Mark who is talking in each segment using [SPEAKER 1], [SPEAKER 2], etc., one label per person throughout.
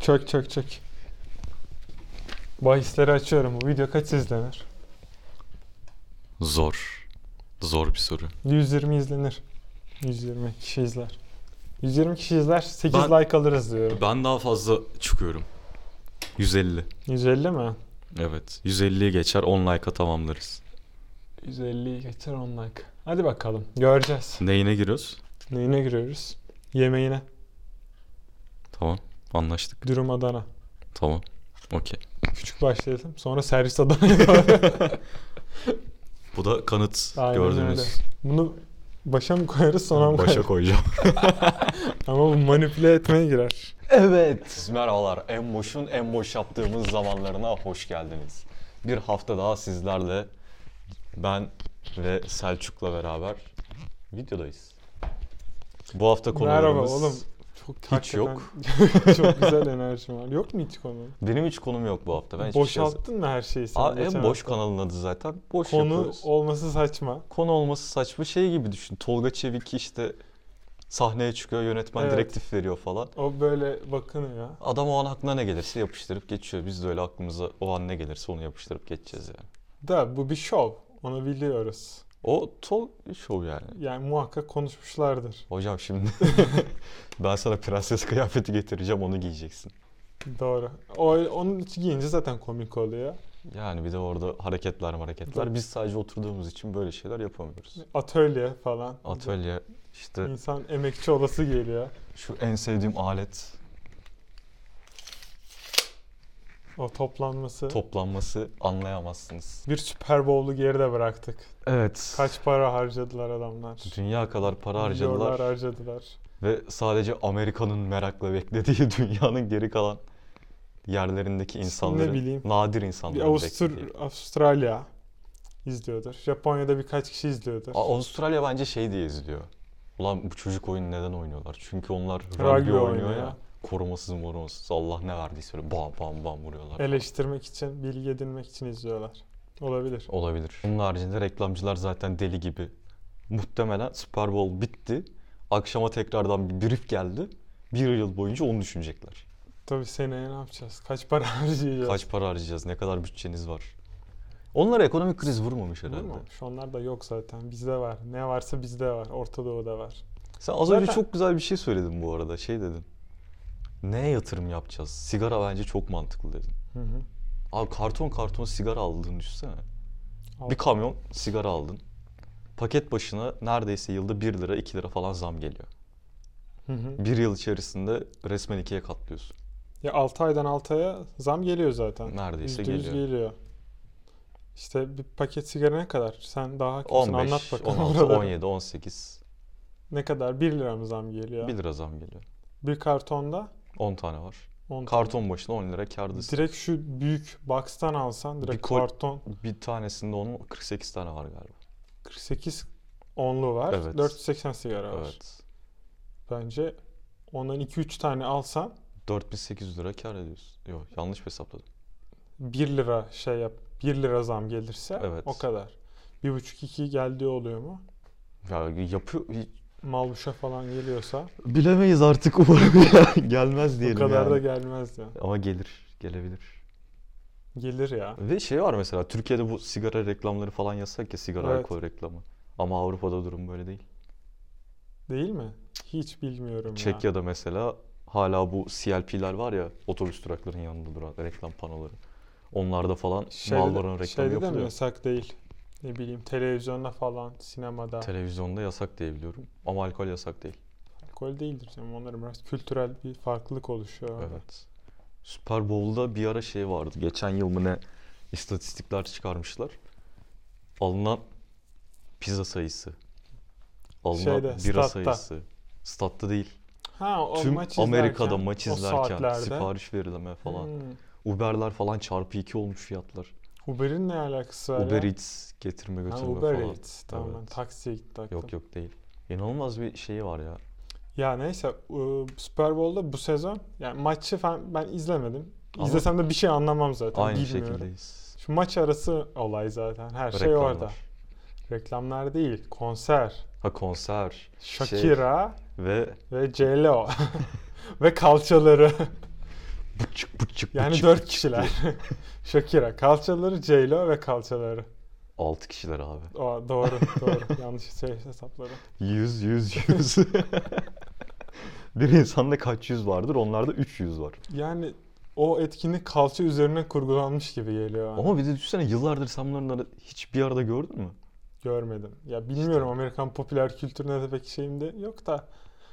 [SPEAKER 1] Çök çök çök. Bahisleri açıyorum. Bu video kaç izlenir?
[SPEAKER 2] Zor. Zor bir soru.
[SPEAKER 1] 120 izlenir. 120 kişi izler. 120 kişi izler 8
[SPEAKER 2] Ben-
[SPEAKER 1] like alırız diyorum.
[SPEAKER 2] Ben daha fazla çıkıyorum. 150.
[SPEAKER 1] 150 mi?
[SPEAKER 2] Evet. 150'yi geçer 10 like'a tamamlarız.
[SPEAKER 1] 150'yi geçer 10 like. Hadi bakalım. Göreceğiz.
[SPEAKER 2] Neyine giriyoruz?
[SPEAKER 1] Neyine giriyoruz? Yemeğine.
[SPEAKER 2] Tamam. Anlaştık.
[SPEAKER 1] Dürüm Adana.
[SPEAKER 2] Tamam. Okey.
[SPEAKER 1] Küçük başlayalım. Sonra servis Adana'ya doğru.
[SPEAKER 2] Bu da kanıt
[SPEAKER 1] Aynen öyle.
[SPEAKER 2] gördüğünüz.
[SPEAKER 1] Bunu başa mı koyarız sona mı
[SPEAKER 2] Başa
[SPEAKER 1] koyarız?
[SPEAKER 2] koyacağım.
[SPEAKER 1] Ama bu manipüle etmeye girer.
[SPEAKER 3] Evet, merhabalar. En boşun en boş yaptığımız zamanlarına hoş geldiniz. Bir hafta daha sizlerle ben ve Selçuk'la beraber videodayız. Bu hafta
[SPEAKER 1] Merhaba
[SPEAKER 3] konularımız...
[SPEAKER 1] oğlum. Çok hakikaten-
[SPEAKER 3] yok.
[SPEAKER 1] çok güzel enerjim var. Yok mu hiç konu?
[SPEAKER 3] Benim hiç konum yok bu hafta. Ben hiçbir şey yaz-
[SPEAKER 1] Boşalttın mı her şeyi sen?
[SPEAKER 3] Aa,
[SPEAKER 1] geçen
[SPEAKER 3] en boş
[SPEAKER 1] hafta?
[SPEAKER 3] kanalın adı zaten. Boş
[SPEAKER 1] Konu
[SPEAKER 3] yapıyoruz.
[SPEAKER 1] olması saçma.
[SPEAKER 3] Konu olması saçma şey gibi düşün. Tolga Çevik işte sahneye çıkıyor, yönetmen
[SPEAKER 1] Evet.
[SPEAKER 3] direktif veriyor falan.
[SPEAKER 1] O böyle bakınıyor.
[SPEAKER 3] Adam o an aklına ne gelirse yapıştırıp geçiyor. Biz de öyle aklımıza o an ne gelirse onu yapıştırıp geçeceğiz yani.
[SPEAKER 1] Da bu bir şov. Onu biliyoruz.
[SPEAKER 3] O tol show yani.
[SPEAKER 1] Yani muhakkak konuşmuşlardır.
[SPEAKER 3] Hocam şimdi ben sana prenses kıyafeti getireceğim onu giyeceksin.
[SPEAKER 1] Doğru. O, onun için giyince zaten komik oluyor.
[SPEAKER 3] Yani bir de orada hareketler hareketler.
[SPEAKER 1] Tabii.
[SPEAKER 3] Biz sadece oturduğumuz için böyle şeyler yapamıyoruz.
[SPEAKER 1] Atölye falan.
[SPEAKER 3] Atölye işte
[SPEAKER 1] İnsan emekçi olası geliyor.
[SPEAKER 3] şu en sevdiğim alet
[SPEAKER 1] O toplanması.
[SPEAKER 3] toplanması anlayamazsınız.
[SPEAKER 1] bir Super Bowl'u geride bıraktık.
[SPEAKER 3] Evet.
[SPEAKER 1] Kaç para harcadılar adamlar.
[SPEAKER 3] Dünya kadar para
[SPEAKER 1] Milyonlar
[SPEAKER 3] harcadılar
[SPEAKER 1] harcadılar.
[SPEAKER 3] ve sadece Amerika'nın merakla beklediği dünyanın geri kalan yerlerindeki
[SPEAKER 1] bileyim.
[SPEAKER 3] insanların, nadir
[SPEAKER 1] Bir
[SPEAKER 3] insanların beklediği.
[SPEAKER 1] Avustur- Avustralya izliyordur. Japonya'da birkaç kişi izliyordur.
[SPEAKER 3] A- Avustralya bence şey diye izliyor. Ulan bu çocuk oyunu neden oynuyorlar? Çünkü onlar rugby,
[SPEAKER 1] oynuyor
[SPEAKER 3] oynuyor,
[SPEAKER 1] ya.
[SPEAKER 3] ya. Korumasız morumasız. Allah ne verdiyse böyle bam bam bam vuruyorlar.
[SPEAKER 1] Eleştirmek için, bilgi edinmek için izliyorlar. Olabilir.
[SPEAKER 3] Olabilir. Onun haricinde reklamcılar zaten deli gibi. Muhtemelen Super Bowl bitti. Akşama tekrardan bir brief geldi. Bir yıl boyunca onu düşünecekler.
[SPEAKER 1] Tabii seneye ne yapacağız? Kaç para harcayacağız?
[SPEAKER 3] Kaç para harcayacağız? Ne kadar bütçeniz var? Onlara ekonomik kriz vurmamış herhalde.
[SPEAKER 1] Bulmamış. Onlar da yok zaten. Bizde var. Ne varsa bizde var. Orta Doğu'da var.
[SPEAKER 3] Sen az önce
[SPEAKER 1] Zaten-
[SPEAKER 3] çok güzel bir şey söyledin bu arada. Şey dedin. Neye yatırım yapacağız? Sigara bence çok mantıklı dedin.
[SPEAKER 1] Hı hı.
[SPEAKER 3] Abi karton karton sigara aldığını düşünsene.
[SPEAKER 1] Al.
[SPEAKER 3] Bir kamyon sigara aldın. Paket başına neredeyse yılda 1 lira 2 lira falan zam geliyor.
[SPEAKER 1] Hı hı.
[SPEAKER 3] Bir yıl içerisinde resmen ikiye katlıyorsun.
[SPEAKER 1] Ya 6 aydan 6 aya zam geliyor zaten.
[SPEAKER 3] Neredeyse
[SPEAKER 1] %100
[SPEAKER 3] geliyor.
[SPEAKER 1] geliyor. İşte bir paket sigara ne kadar? Sen daha hakimsin
[SPEAKER 3] 15,
[SPEAKER 1] anlat bakalım.
[SPEAKER 3] 16,
[SPEAKER 1] oraları.
[SPEAKER 3] 17, 18.
[SPEAKER 1] Ne kadar? 1 lira mı zam geliyor?
[SPEAKER 3] 1 lira zam geliyor.
[SPEAKER 1] Bir kartonda
[SPEAKER 3] 10 tane var.
[SPEAKER 1] 10
[SPEAKER 3] Karton başına 10 lira kârdasın.
[SPEAKER 1] Direkt şu büyük box'tan alsan direkt
[SPEAKER 3] Bir kol-
[SPEAKER 1] karton
[SPEAKER 3] Bir tanesinde onun 48 tane var galiba.
[SPEAKER 1] 48 onlu var.
[SPEAKER 3] Evet.
[SPEAKER 1] 480 sigara var.
[SPEAKER 3] Evet.
[SPEAKER 1] Bence ondan 2-3 tane alsan
[SPEAKER 3] 4800 lira kâr ediyorsun. Yok yanlış hesapladım.
[SPEAKER 1] 1 lira şey yap 1 lira zam gelirse
[SPEAKER 3] Evet.
[SPEAKER 1] o kadar. 1,5-2 geldiği oluyor mu?
[SPEAKER 3] Ya yapıyor...
[SPEAKER 1] Malbuşa falan geliyorsa
[SPEAKER 3] Bilemeyiz artık umarım ya. Gelmez
[SPEAKER 1] o
[SPEAKER 3] diyelim
[SPEAKER 1] kadar
[SPEAKER 3] yani.
[SPEAKER 1] da gelmez ya.
[SPEAKER 3] Ama gelir, gelebilir.
[SPEAKER 1] Gelir ya.
[SPEAKER 3] Ve şey var mesela Türkiye'de bu sigara reklamları falan yasak ya sigara
[SPEAKER 1] Evet.
[SPEAKER 3] alkol reklamı. Ama Avrupa'da durum böyle değil.
[SPEAKER 1] Değil mi? Hiç bilmiyorum ya.
[SPEAKER 3] Çekya'da mesela hala bu CLP'ler var ya otobüs duraklarının yanında duran reklam panoları. Onlarda falan
[SPEAKER 1] Şeyde de-
[SPEAKER 3] Marlboro'nun reklamı
[SPEAKER 1] şeyde de mi
[SPEAKER 3] yapılıyor.
[SPEAKER 1] yasak değil? Ne bileyim televizyonda falan, sinemada.
[SPEAKER 3] Televizyonda yasak diye biliyorum ama alkol yasak değil.
[SPEAKER 1] Alkol değildir canım. Onların biraz kültürel bir farklılık oluşuyor. orada.
[SPEAKER 3] Evet. Super Bowl'da bir ara şey vardı. Geçen yıl mı ne istatistikler çıkarmışlar. Alınan pizza sayısı. Alınan
[SPEAKER 1] Şeyde, statta.
[SPEAKER 3] bira sayısı. Statta değil.
[SPEAKER 1] Ha, o
[SPEAKER 3] Tüm
[SPEAKER 1] maç izlerken,
[SPEAKER 3] Amerika'da maç
[SPEAKER 1] o
[SPEAKER 3] izlerken
[SPEAKER 1] saatlerde.
[SPEAKER 3] sipariş verilme falan.
[SPEAKER 1] Hmm.
[SPEAKER 3] Uber'ler falan çarpı 2 olmuş fiyatlar.
[SPEAKER 1] Uber'in ne alakası var
[SPEAKER 3] Uber
[SPEAKER 1] ya?
[SPEAKER 3] Eats
[SPEAKER 1] Ha,
[SPEAKER 3] getirme götürme
[SPEAKER 1] Uber
[SPEAKER 3] falan.
[SPEAKER 1] Eats. Tamam ben
[SPEAKER 3] Evet.
[SPEAKER 1] taksiye gitti aklım.
[SPEAKER 3] Yok yok değil. İnanılmaz bir şeyi var ya.
[SPEAKER 1] Ya neyse ıı, Super Bowl'da bu sezon yani maçı falan ben izlemedim.
[SPEAKER 3] Ama-
[SPEAKER 1] İzlesem de bir şey anlamam zaten.
[SPEAKER 3] Aynı
[SPEAKER 1] bilmiyorum.
[SPEAKER 3] şekildeyiz.
[SPEAKER 1] Şu maç arası olay zaten. Her şey
[SPEAKER 3] Reklamlar.
[SPEAKER 1] orada. Reklamlar değil. Konser.
[SPEAKER 3] Ha konser şey
[SPEAKER 1] Shakira
[SPEAKER 3] ve
[SPEAKER 1] ve J.Lo. ve kalçaları.
[SPEAKER 3] Bıçık bıçık
[SPEAKER 1] Yani
[SPEAKER 3] bıçık
[SPEAKER 1] dört
[SPEAKER 3] bıçık
[SPEAKER 1] kişiler.
[SPEAKER 3] diye.
[SPEAKER 1] Shakira, kalçaları, J-Lo ve kalçaları.
[SPEAKER 3] Altı kişiler abi.
[SPEAKER 1] O, doğru, doğru. Yanlış şey hesapladım.
[SPEAKER 3] Yüz yüz yüz. Bir insanda kaç yüz vardır? Onlarda üç yüz var.
[SPEAKER 1] Yani o etkinlik kalça üzerine kurgulanmış gibi geliyor. bana.
[SPEAKER 3] Ama bir de düşünsene yıllardır sen bunların ara- hiç bir arada gördün mü?
[SPEAKER 1] Görmedim. Ya bilmiyorum Amerikan popüler kültürüne de pek şeyim de yok da.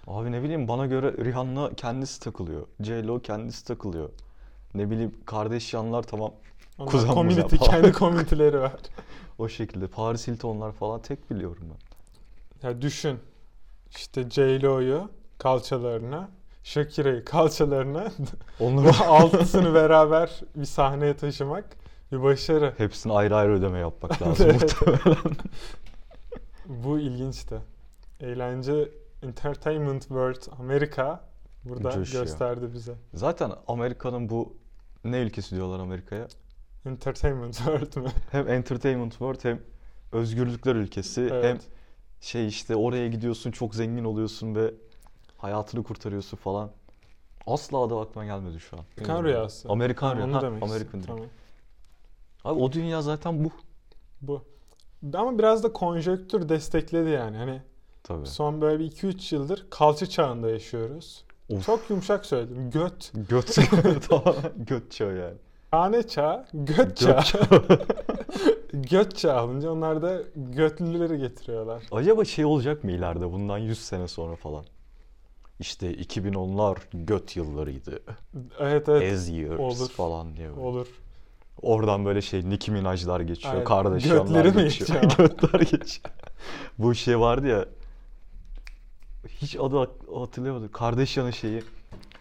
[SPEAKER 3] Abi ne bileyim bana göre Rihanna kendisi takılıyor. J-Lo kendisi takılıyor. Ne bileyim Kardashianlar tamam
[SPEAKER 1] Onlar
[SPEAKER 3] Kuzen
[SPEAKER 1] community,
[SPEAKER 3] muzen falan.
[SPEAKER 1] kendi komüniteleri var.
[SPEAKER 3] o şekilde. Paris Hilton'lar falan tek biliyorum ben.
[SPEAKER 1] Ya düşün. İşte J-Lo'yu kalçalarına, Shakira'yı kalçalarına
[SPEAKER 3] Onların
[SPEAKER 1] bu altısını beraber bir sahneye taşımak bir başarı.
[SPEAKER 3] hepsini ayrı ayrı ödeme yapmak lazım
[SPEAKER 1] Evet.
[SPEAKER 3] muhtemelen.
[SPEAKER 1] Bu ilginçti. Eğlence Entertainment World Amerika burada
[SPEAKER 3] Coşuyor.
[SPEAKER 1] gösterdi bize.
[SPEAKER 3] Zaten Amerika'nın bu ne ülkesi diyorlar Amerika'ya?
[SPEAKER 1] Entertainment World mü?
[SPEAKER 3] Hem entertainment world hem özgürlükler ülkesi hem
[SPEAKER 1] Evet.
[SPEAKER 3] şey işte oraya gidiyorsun çok zengin oluyorsun ve hayatını kurtarıyorsun falan. Asla da aklıma gelmedi şu an.
[SPEAKER 1] Amerikan rüyası.
[SPEAKER 3] Amerikan
[SPEAKER 1] Onu
[SPEAKER 3] rüyası. Ha,
[SPEAKER 1] demek istedim.
[SPEAKER 3] American Dream.
[SPEAKER 1] Tamam.
[SPEAKER 3] Abi o dünya zaten bu.
[SPEAKER 1] Bu. Ama biraz da konjöktür destekledi yani. Hani
[SPEAKER 3] Tabii.
[SPEAKER 1] son böyle bir 2-3 yıldır kalça çağında yaşıyoruz.
[SPEAKER 3] Of.
[SPEAKER 1] Çok yumuşak söyledim. Göt.
[SPEAKER 3] Göt. tamam. Göt çağı yani.
[SPEAKER 1] Hane çağı, göt çağı.
[SPEAKER 3] Göt çağı.
[SPEAKER 1] göt çağı olunca onlar da götlüleri getiriyorlar.
[SPEAKER 3] Acaba şey olacak mı ileride bundan 100 sene sonra falan? İşte 2010'lar göt yıllarıydı.
[SPEAKER 1] Evet evet
[SPEAKER 3] As years
[SPEAKER 1] olur.
[SPEAKER 3] falan diye. böyle.
[SPEAKER 1] olur.
[SPEAKER 3] Oradan böyle şey Nicki Minaj'lar geçiyor.
[SPEAKER 1] Aynen.
[SPEAKER 3] Kardashian'lar
[SPEAKER 1] Götleri mi
[SPEAKER 3] geçiyor.
[SPEAKER 1] geçiyor?
[SPEAKER 3] Götler geçiyor. Bu şey vardı ya. Hiç adı hat- hatırlayamadım. Kardashian'ın şeyi.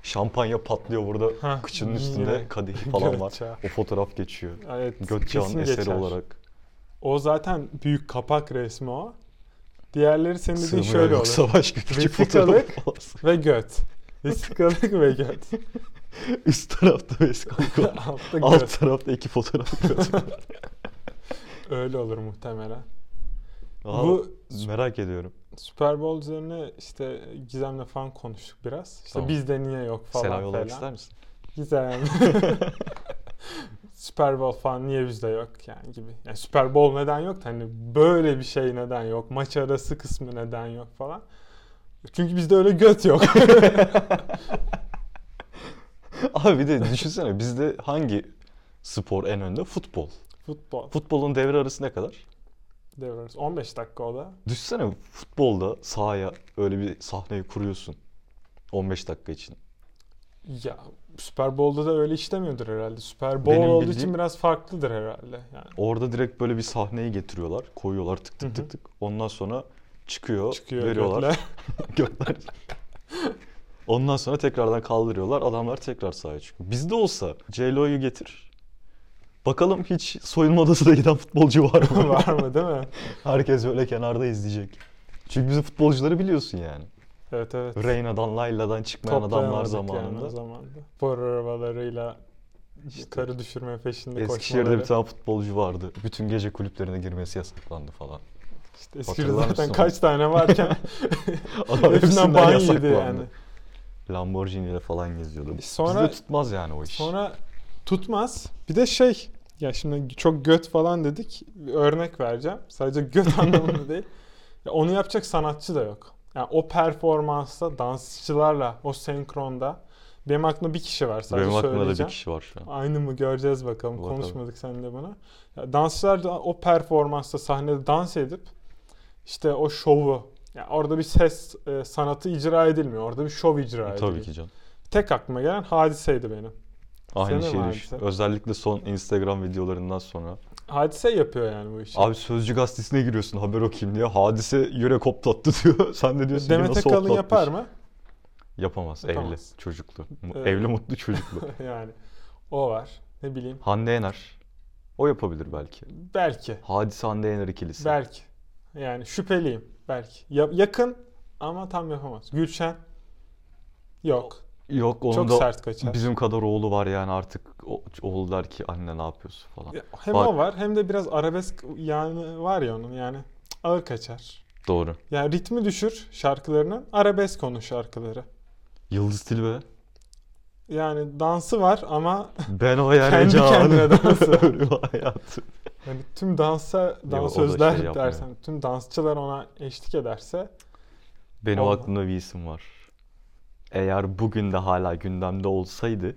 [SPEAKER 3] Şampanya patlıyor burada.
[SPEAKER 1] Hah,
[SPEAKER 3] Kıçının
[SPEAKER 1] yine.
[SPEAKER 3] üstünde kadeh falan
[SPEAKER 1] Hmm. Göt
[SPEAKER 3] var.
[SPEAKER 1] çağı.
[SPEAKER 3] O fotoğraf geçiyor.
[SPEAKER 1] Evet,
[SPEAKER 3] Gökçehan
[SPEAKER 1] kesin
[SPEAKER 3] eseri
[SPEAKER 1] geçer.
[SPEAKER 3] olarak.
[SPEAKER 1] O zaten büyük kapak resmi o. Diğerleri senin dediğin
[SPEAKER 3] Sığmıyor
[SPEAKER 1] şöyle olur.
[SPEAKER 3] yoksa başka iki fotoğraf
[SPEAKER 1] Vesikalık.
[SPEAKER 3] falan.
[SPEAKER 1] Ve göt. Vesikalık ve göt.
[SPEAKER 3] Üst tarafta vesikalık var.
[SPEAKER 1] Altta göt.
[SPEAKER 3] Alt tarafta iki fotoğraf göt.
[SPEAKER 1] Öyle olur muhtemelen.
[SPEAKER 3] Aa,
[SPEAKER 1] Bu
[SPEAKER 3] merak ediyorum.
[SPEAKER 1] Super Bowl üzerine işte Gizem'le falan konuştuk biraz. İşte
[SPEAKER 3] Tamam.
[SPEAKER 1] bizde niye yok falan
[SPEAKER 3] Selam
[SPEAKER 1] filan.
[SPEAKER 3] yollamak ister misin?
[SPEAKER 1] Gizem. Super Bowl falan niye bizde yok yani gibi. Yani Super Bowl neden yok? da Hani böyle bir şey neden yok? Maç arası kısmı neden yok falan. Çünkü bizde öyle göt yok.
[SPEAKER 3] Abi bir de düşünsene bizde hangi spor en önde? Futbol.
[SPEAKER 1] Futbol.
[SPEAKER 3] Futbolun devre arası ne kadar?
[SPEAKER 1] Devres. 15 dakika o da.
[SPEAKER 3] Düşünsene futbolda sahaya öyle bir sahneyi kuruyorsun. 15 dakika için.
[SPEAKER 1] Ya Super Bowl'da da öyle işlemiyordur herhalde. Super Bowl
[SPEAKER 3] Benim
[SPEAKER 1] olduğu için
[SPEAKER 3] bildiğim-
[SPEAKER 1] biraz farklıdır herhalde. Yani
[SPEAKER 3] Orada direkt böyle bir sahneyi getiriyorlar. Koyuyorlar tık
[SPEAKER 1] Hı hı.
[SPEAKER 3] tık tık tık. Ondan sonra çıkıyor,
[SPEAKER 1] çıkıyor
[SPEAKER 3] veriyorlar.
[SPEAKER 1] götler.
[SPEAKER 3] Gönder. Ondan sonra tekrardan kaldırıyorlar. Adamlar tekrar sahaya çıkıyor. Bizde olsa J-Lo'yu getir. Bakalım hiç soyunma odasına giden futbolcu var mı?
[SPEAKER 1] Var mı değil mi?
[SPEAKER 3] Herkes böyle kenarda izleyecek. Çünkü bizim futbolcuları biliyorsun yani.
[SPEAKER 1] Evet evet.
[SPEAKER 3] Reyna'dan, Layla'dan çıkmayan adamlar
[SPEAKER 1] Toplayamadık yani o
[SPEAKER 3] zamanında.
[SPEAKER 1] zamanında. Spor arabalarıyla karı düşürme peşinde
[SPEAKER 3] Eskişehir'de
[SPEAKER 1] koşmaları.
[SPEAKER 3] bir tane futbolcu vardı. Bütün gece kulüplerine girmesi yasaklandı falan.
[SPEAKER 1] İşte Eskişehir'de
[SPEAKER 3] Hatırlar
[SPEAKER 1] zaten
[SPEAKER 3] mısın
[SPEAKER 1] kaç tane varken hepsinden
[SPEAKER 3] Adam hepsinden
[SPEAKER 1] ban yedi
[SPEAKER 3] yasaklandı.
[SPEAKER 1] yani.
[SPEAKER 3] Lamborghini ile falan geziyordu.
[SPEAKER 1] Sonra-
[SPEAKER 3] Bizde tutmaz yani o iş.
[SPEAKER 1] Sonra tutmaz. Bir de şey ya şimdi çok göt falan dedik. Bir örnek vereceğim. Sadece göt anlamında değil. Ya onu yapacak sanatçı da yok. Yani o performansta dansçılarla o senkronda benim aklımda bir kişi var sadece
[SPEAKER 3] Benim aklımda da bir
[SPEAKER 1] söyleyeceğim.
[SPEAKER 3] kişi var şu an.
[SPEAKER 1] Aynı mı göreceğiz bakalım.
[SPEAKER 3] Bakalım.
[SPEAKER 1] Konuşmadık seninle bunu. Ya dansçılar da o performansta sahnede dans edip işte o şovu ya orada bir ses e, sanatı icra edilmiyor. Orada bir şov icra ediliyor.
[SPEAKER 3] E, Tabii ki canım.
[SPEAKER 1] Tek aklıma gelen hadiseydi benim.
[SPEAKER 3] Aynı
[SPEAKER 1] Senin
[SPEAKER 3] şeyi
[SPEAKER 1] var
[SPEAKER 3] düşün.
[SPEAKER 1] bize.
[SPEAKER 3] Özellikle son Instagram videolarından sonra.
[SPEAKER 1] Hadise yapıyor yani bu işi.
[SPEAKER 3] Abi Sözcü Gazetesi'ne giriyorsun haber okuyayım diye. Hadise yürek hoplattı diyor. Sen de diyorsun ki
[SPEAKER 1] Demet
[SPEAKER 3] nasıl
[SPEAKER 1] Akalın
[SPEAKER 3] hoplatmış.
[SPEAKER 1] yapar mı?
[SPEAKER 3] Yapamaz.
[SPEAKER 1] Yapamaz.
[SPEAKER 3] Evli. Çocuklu. Mu-
[SPEAKER 1] Evet.
[SPEAKER 3] Evli mutlu çocuklu.
[SPEAKER 1] yani o var. Ne bileyim.
[SPEAKER 3] Hande Yener. O yapabilir belki.
[SPEAKER 1] Belki.
[SPEAKER 3] Hadise Hande Yener ikilisi.
[SPEAKER 1] Belki. Yani şüpheliyim. Belki. Ya- yakın ama tam yapamaz. Gülşen. Yok.
[SPEAKER 3] Yok onun
[SPEAKER 1] Çok
[SPEAKER 3] da
[SPEAKER 1] sert kaçar.
[SPEAKER 3] bizim kadar oğlu var yani artık. O, oğlu der ki anne ne yapıyorsun falan.
[SPEAKER 1] Ya, Hem
[SPEAKER 3] Bak.
[SPEAKER 1] o var hem de biraz arabesk yani var ya onun yani. Cık, Ağır kaçar.
[SPEAKER 3] Doğru.
[SPEAKER 1] Yani ritmi düşür şarkılarının. Arabesk onun şarkıları.
[SPEAKER 3] Yıldız Tilbe.
[SPEAKER 1] yani dansı var ama
[SPEAKER 3] Ben o yer
[SPEAKER 1] Kendi kendine dansı.
[SPEAKER 3] hayatı.
[SPEAKER 1] hani tüm dansa
[SPEAKER 3] o da
[SPEAKER 1] dansözler
[SPEAKER 3] şey yapmıyor.
[SPEAKER 1] dersen, tüm dansçılar ona eşlik ederse
[SPEAKER 3] Benim
[SPEAKER 1] Oldu.
[SPEAKER 3] aklımda bir isim var. Eğer bugün de hala gündemde olsaydı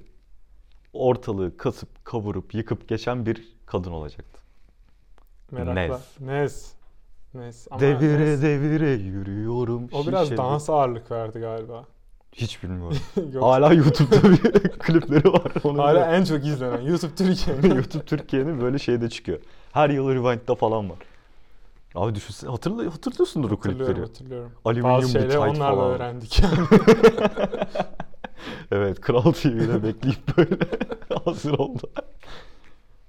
[SPEAKER 3] ortalığı kasıp kavurup yıkıp geçen bir kadın olacaktı.
[SPEAKER 1] merakla.
[SPEAKER 3] Nez.
[SPEAKER 1] Nez. Nez. Ama
[SPEAKER 3] devire
[SPEAKER 1] Nez-
[SPEAKER 3] devire yürüyorum
[SPEAKER 1] O biraz
[SPEAKER 3] şişeli.
[SPEAKER 1] dans ağırlık verdi galiba.
[SPEAKER 3] Hiç bilmiyorum.
[SPEAKER 1] Yok,
[SPEAKER 3] hala YouTube'da bir klipleri var. Onu
[SPEAKER 1] hala
[SPEAKER 3] biliyorum.
[SPEAKER 1] en çok izlenen YouTube Türkiye'nin.
[SPEAKER 3] YouTube Türkiye'nin böyle şeyde çıkıyor. Her yıl Rewind'da falan var. Abi düşünsene hatırla, hatırlıyorsundur o
[SPEAKER 1] hatırlıyorum
[SPEAKER 3] klipleri.
[SPEAKER 1] hatırlıyorum.
[SPEAKER 3] Alüminyum
[SPEAKER 1] Bazı
[SPEAKER 3] bir
[SPEAKER 1] şeyleri
[SPEAKER 3] tayt
[SPEAKER 1] onlarla
[SPEAKER 3] falan.
[SPEAKER 1] öğrendik.
[SPEAKER 3] Evet Kral TV'de bekleyip böyle hazır oldu.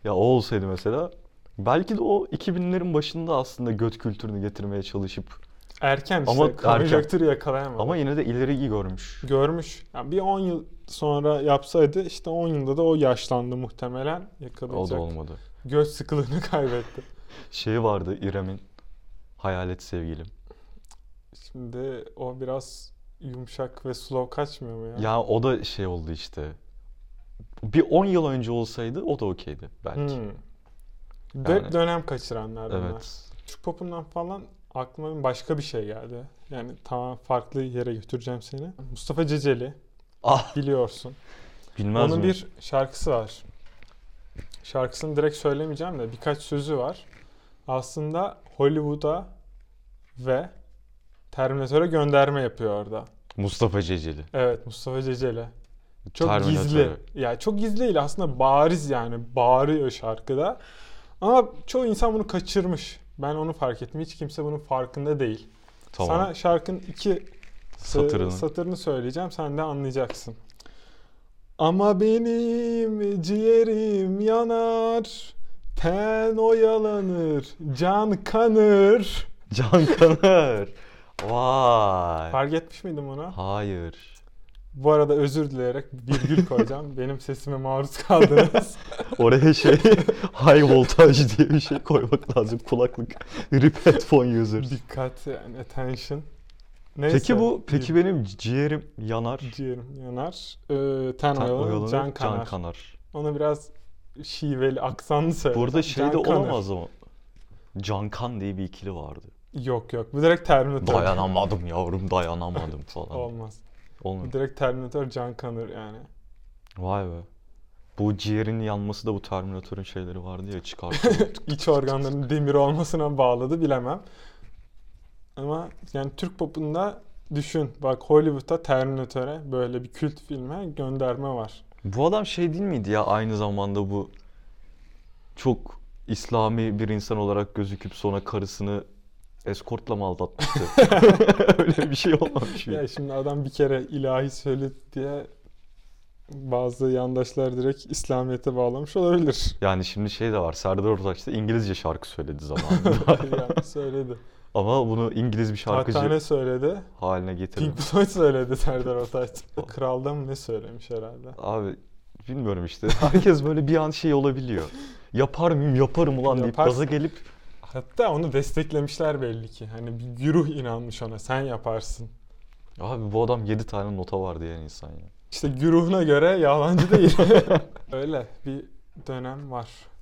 [SPEAKER 3] Ya o olsaydı mesela belki de o 2000'lerin başında aslında göt kültürünü getirmeye çalışıp
[SPEAKER 1] Erken işte
[SPEAKER 3] Ama
[SPEAKER 1] ama
[SPEAKER 3] erken.
[SPEAKER 1] konjöktürü yakalayamadı.
[SPEAKER 3] ama yine de ileriyi görmüş.
[SPEAKER 1] Görmüş. Ya bir 10 yıl sonra yapsaydı işte 10 yılda da o yaşlandı muhtemelen.
[SPEAKER 3] O da
[SPEAKER 1] Yakalayacak.
[SPEAKER 3] olmadı.
[SPEAKER 1] Göz sıkılığını kaybetti.
[SPEAKER 3] Şey vardı İrem'in Hayalet Sevgilim.
[SPEAKER 1] Şimdi o biraz yumuşak ve slow kaçmıyor mu ya?
[SPEAKER 3] Ya o da şey oldu işte. Bir 10 yıl önce olsaydı o da okeydi belki.
[SPEAKER 1] Hmm. De-
[SPEAKER 3] Yani-
[SPEAKER 1] dönem kaçıranlar bunlar.
[SPEAKER 3] Evet.
[SPEAKER 1] Türk popundan falan aklıma başka bir şey geldi. Yani tamam farklı yere götüreceğim seni. Mustafa Ceceli
[SPEAKER 3] Ah
[SPEAKER 1] biliyorsun.
[SPEAKER 3] bilmez
[SPEAKER 1] Onun
[SPEAKER 3] miyim?
[SPEAKER 1] bir şarkısı var. Şarkısını direkt söylemeyeceğim de birkaç sözü var. Aslında Hollywood'a ve Terminatör'e gönderme yapıyor orada.
[SPEAKER 3] Mustafa Ceceli.
[SPEAKER 1] Evet Mustafa Ceceli. Çok
[SPEAKER 3] Terminatör'e.
[SPEAKER 1] gizli. Ya çok gizli değil aslında bariz yani bağırıyor şarkıda. Ama çoğu insan bunu kaçırmış. Ben onu fark ettim. Hiç kimse bunun farkında değil.
[SPEAKER 3] Tamam.
[SPEAKER 1] Sana şarkının iki
[SPEAKER 3] Satırını.
[SPEAKER 1] satırını. satırını söyleyeceğim. Sen de anlayacaksın. Ama benim ciğerim yanar. Ten oyalanır. Can kanır.
[SPEAKER 3] Can Kanar. Vay.
[SPEAKER 1] Fark etmiş miydim onu?
[SPEAKER 3] Hayır.
[SPEAKER 1] Bu arada özür dileyerek virgül koyacağım. Benim sesime maruz kaldınız.
[SPEAKER 3] Oraya şey high voltage diye bir şey koymak lazım. Kulaklık. Rip headphone user.
[SPEAKER 1] Dikkat yani attention.
[SPEAKER 3] Peki bu peki benim ciğerim yanar.
[SPEAKER 1] ciğerim yanar. Ee, ten
[SPEAKER 3] Tan- oyalanır,
[SPEAKER 1] oyalanır, can kanar.
[SPEAKER 3] Can kanar.
[SPEAKER 1] Onu biraz şiveli, aksanlı söyle.
[SPEAKER 3] Burada şey de
[SPEAKER 1] kanar.
[SPEAKER 3] olamaz ama. Can Kan diye bir ikili vardı.
[SPEAKER 1] Yok yok. Bu direkt Terminator.
[SPEAKER 3] Dayanamadım yavrum dayanamadım falan.
[SPEAKER 1] Olmaz.
[SPEAKER 3] Olmuyor.
[SPEAKER 1] Bu direkt Terminator can kanır yani.
[SPEAKER 3] Vay be. Bu ciğerin yanması da bu Terminator'ın şeyleri vardı ya çıkar.
[SPEAKER 1] İç organların demir olmasına bağladı bilemem. Ama yani Türk popunda düşün. Bak Hollywood'da Terminator'e böyle bir kült filme gönderme var.
[SPEAKER 3] bu adam şey değil miydi ya aynı zamanda bu çok İslami bir insan olarak gözüküp sonra karısını eskortla mı aldatmıştı? Öyle bir şey olmamış mıydı?
[SPEAKER 1] Ya şimdi adam bir kere ilahi söyle diye bazı yandaşlar direkt İslamiyet'e bağlamış olabilir.
[SPEAKER 3] Yani şimdi şey de var Serdar Ortaç da İngilizce şarkı söyledi zamanında.
[SPEAKER 1] yani söyledi.
[SPEAKER 3] Ama bunu İngiliz bir şarkıcı
[SPEAKER 1] Tahtane söyledi.
[SPEAKER 3] haline getirdi.
[SPEAKER 1] Pink Floyd söyledi Serdar Ortaç. Kralda mı ne söylemiş herhalde.
[SPEAKER 3] Abi bilmiyorum işte. Herkes böyle bir an şey olabiliyor. Yapar mıyım yaparım ulan deyip
[SPEAKER 1] Yaparsın.
[SPEAKER 3] gaza gelip
[SPEAKER 1] Hatta onu desteklemişler belli ki. Hani bir güruh inanmış ona sen yaparsın.
[SPEAKER 3] abi bu adam 7 tane nota var diyen insan ya.
[SPEAKER 1] İşte güruhuna göre yalancı değil. Öyle bir dönem var.